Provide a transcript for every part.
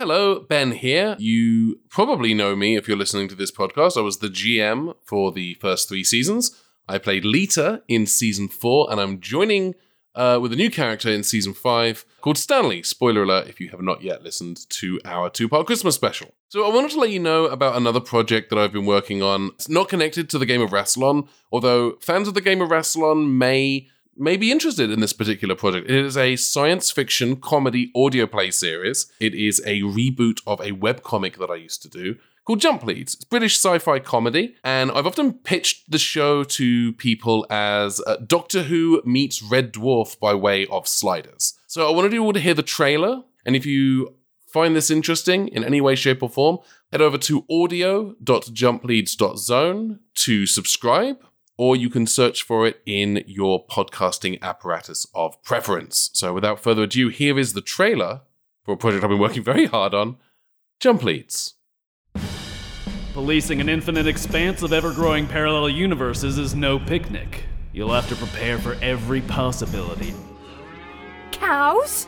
Hello, Ben here. You probably know me if you're listening to this podcast. I was the GM for the first three seasons. I played Lita in season four, and I'm joining uh, with a new character in season five called Stanley. Spoiler alert if you have not yet listened to our two part Christmas special. So, I wanted to let you know about another project that I've been working on. It's not connected to the game of Rassilon, although fans of the game of Rassilon may. May be interested in this particular project. It is a science fiction comedy audio play series. It is a reboot of a webcomic that I used to do called Jump Leads. It's British sci-fi comedy, and I've often pitched the show to people as uh, Doctor Who meets Red Dwarf by way of sliders. So I wanted you all to hear the trailer, and if you find this interesting in any way, shape, or form, head over to audio.jumpleads.zone to subscribe. Or you can search for it in your podcasting apparatus of preference. So, without further ado, here is the trailer for a project I've been working very hard on Jump Leads. Policing an infinite expanse of ever growing parallel universes is no picnic. You'll have to prepare for every possibility. Cows?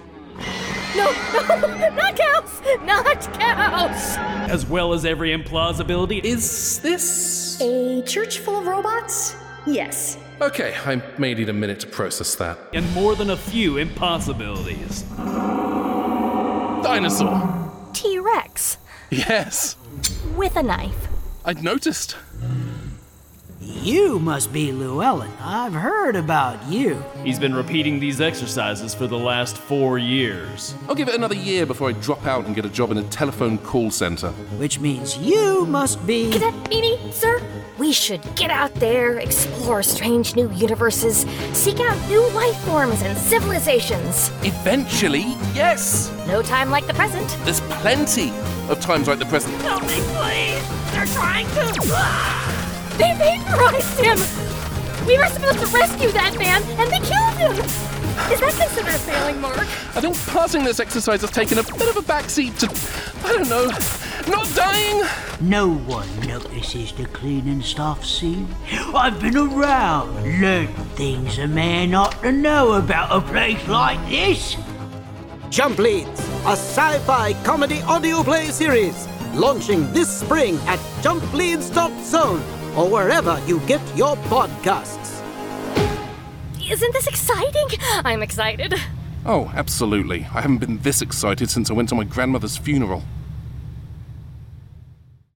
No, no, not cows! Not cows! As well as every implausibility, is this. A church full of robots? Yes. Okay, I may need a minute to process that. and more than a few impossibilities. Dinosaur! T Rex Yes, with a knife. I'd noticed. You must be Llewellyn. I've heard about you. He's been repeating these exercises for the last four years. I'll give it another year before I drop out and get a job in a telephone call center. Which means you must be. Cadet Beanie, sir, we should get out there, explore strange new universes, seek out new life forms and civilizations. Eventually, yes! No time like the present. There's plenty of times like the present. Help me, please! They're trying to. Ah! They vaporized him! We were supposed to rescue that man, and they killed him! Is that considered a failing mark? I think passing this exercise has taken a bit of a backseat to, I don't know, not dying! No one notices the cleaning stuff, see? I've been around, learned things a man ought to know about a place like this. Jump Leads, a sci-fi comedy audio play series, launching this spring at jumpleads.zone or wherever you get your podcasts. Isn't this exciting? I'm excited. Oh, absolutely. I haven't been this excited since I went to my grandmother's funeral.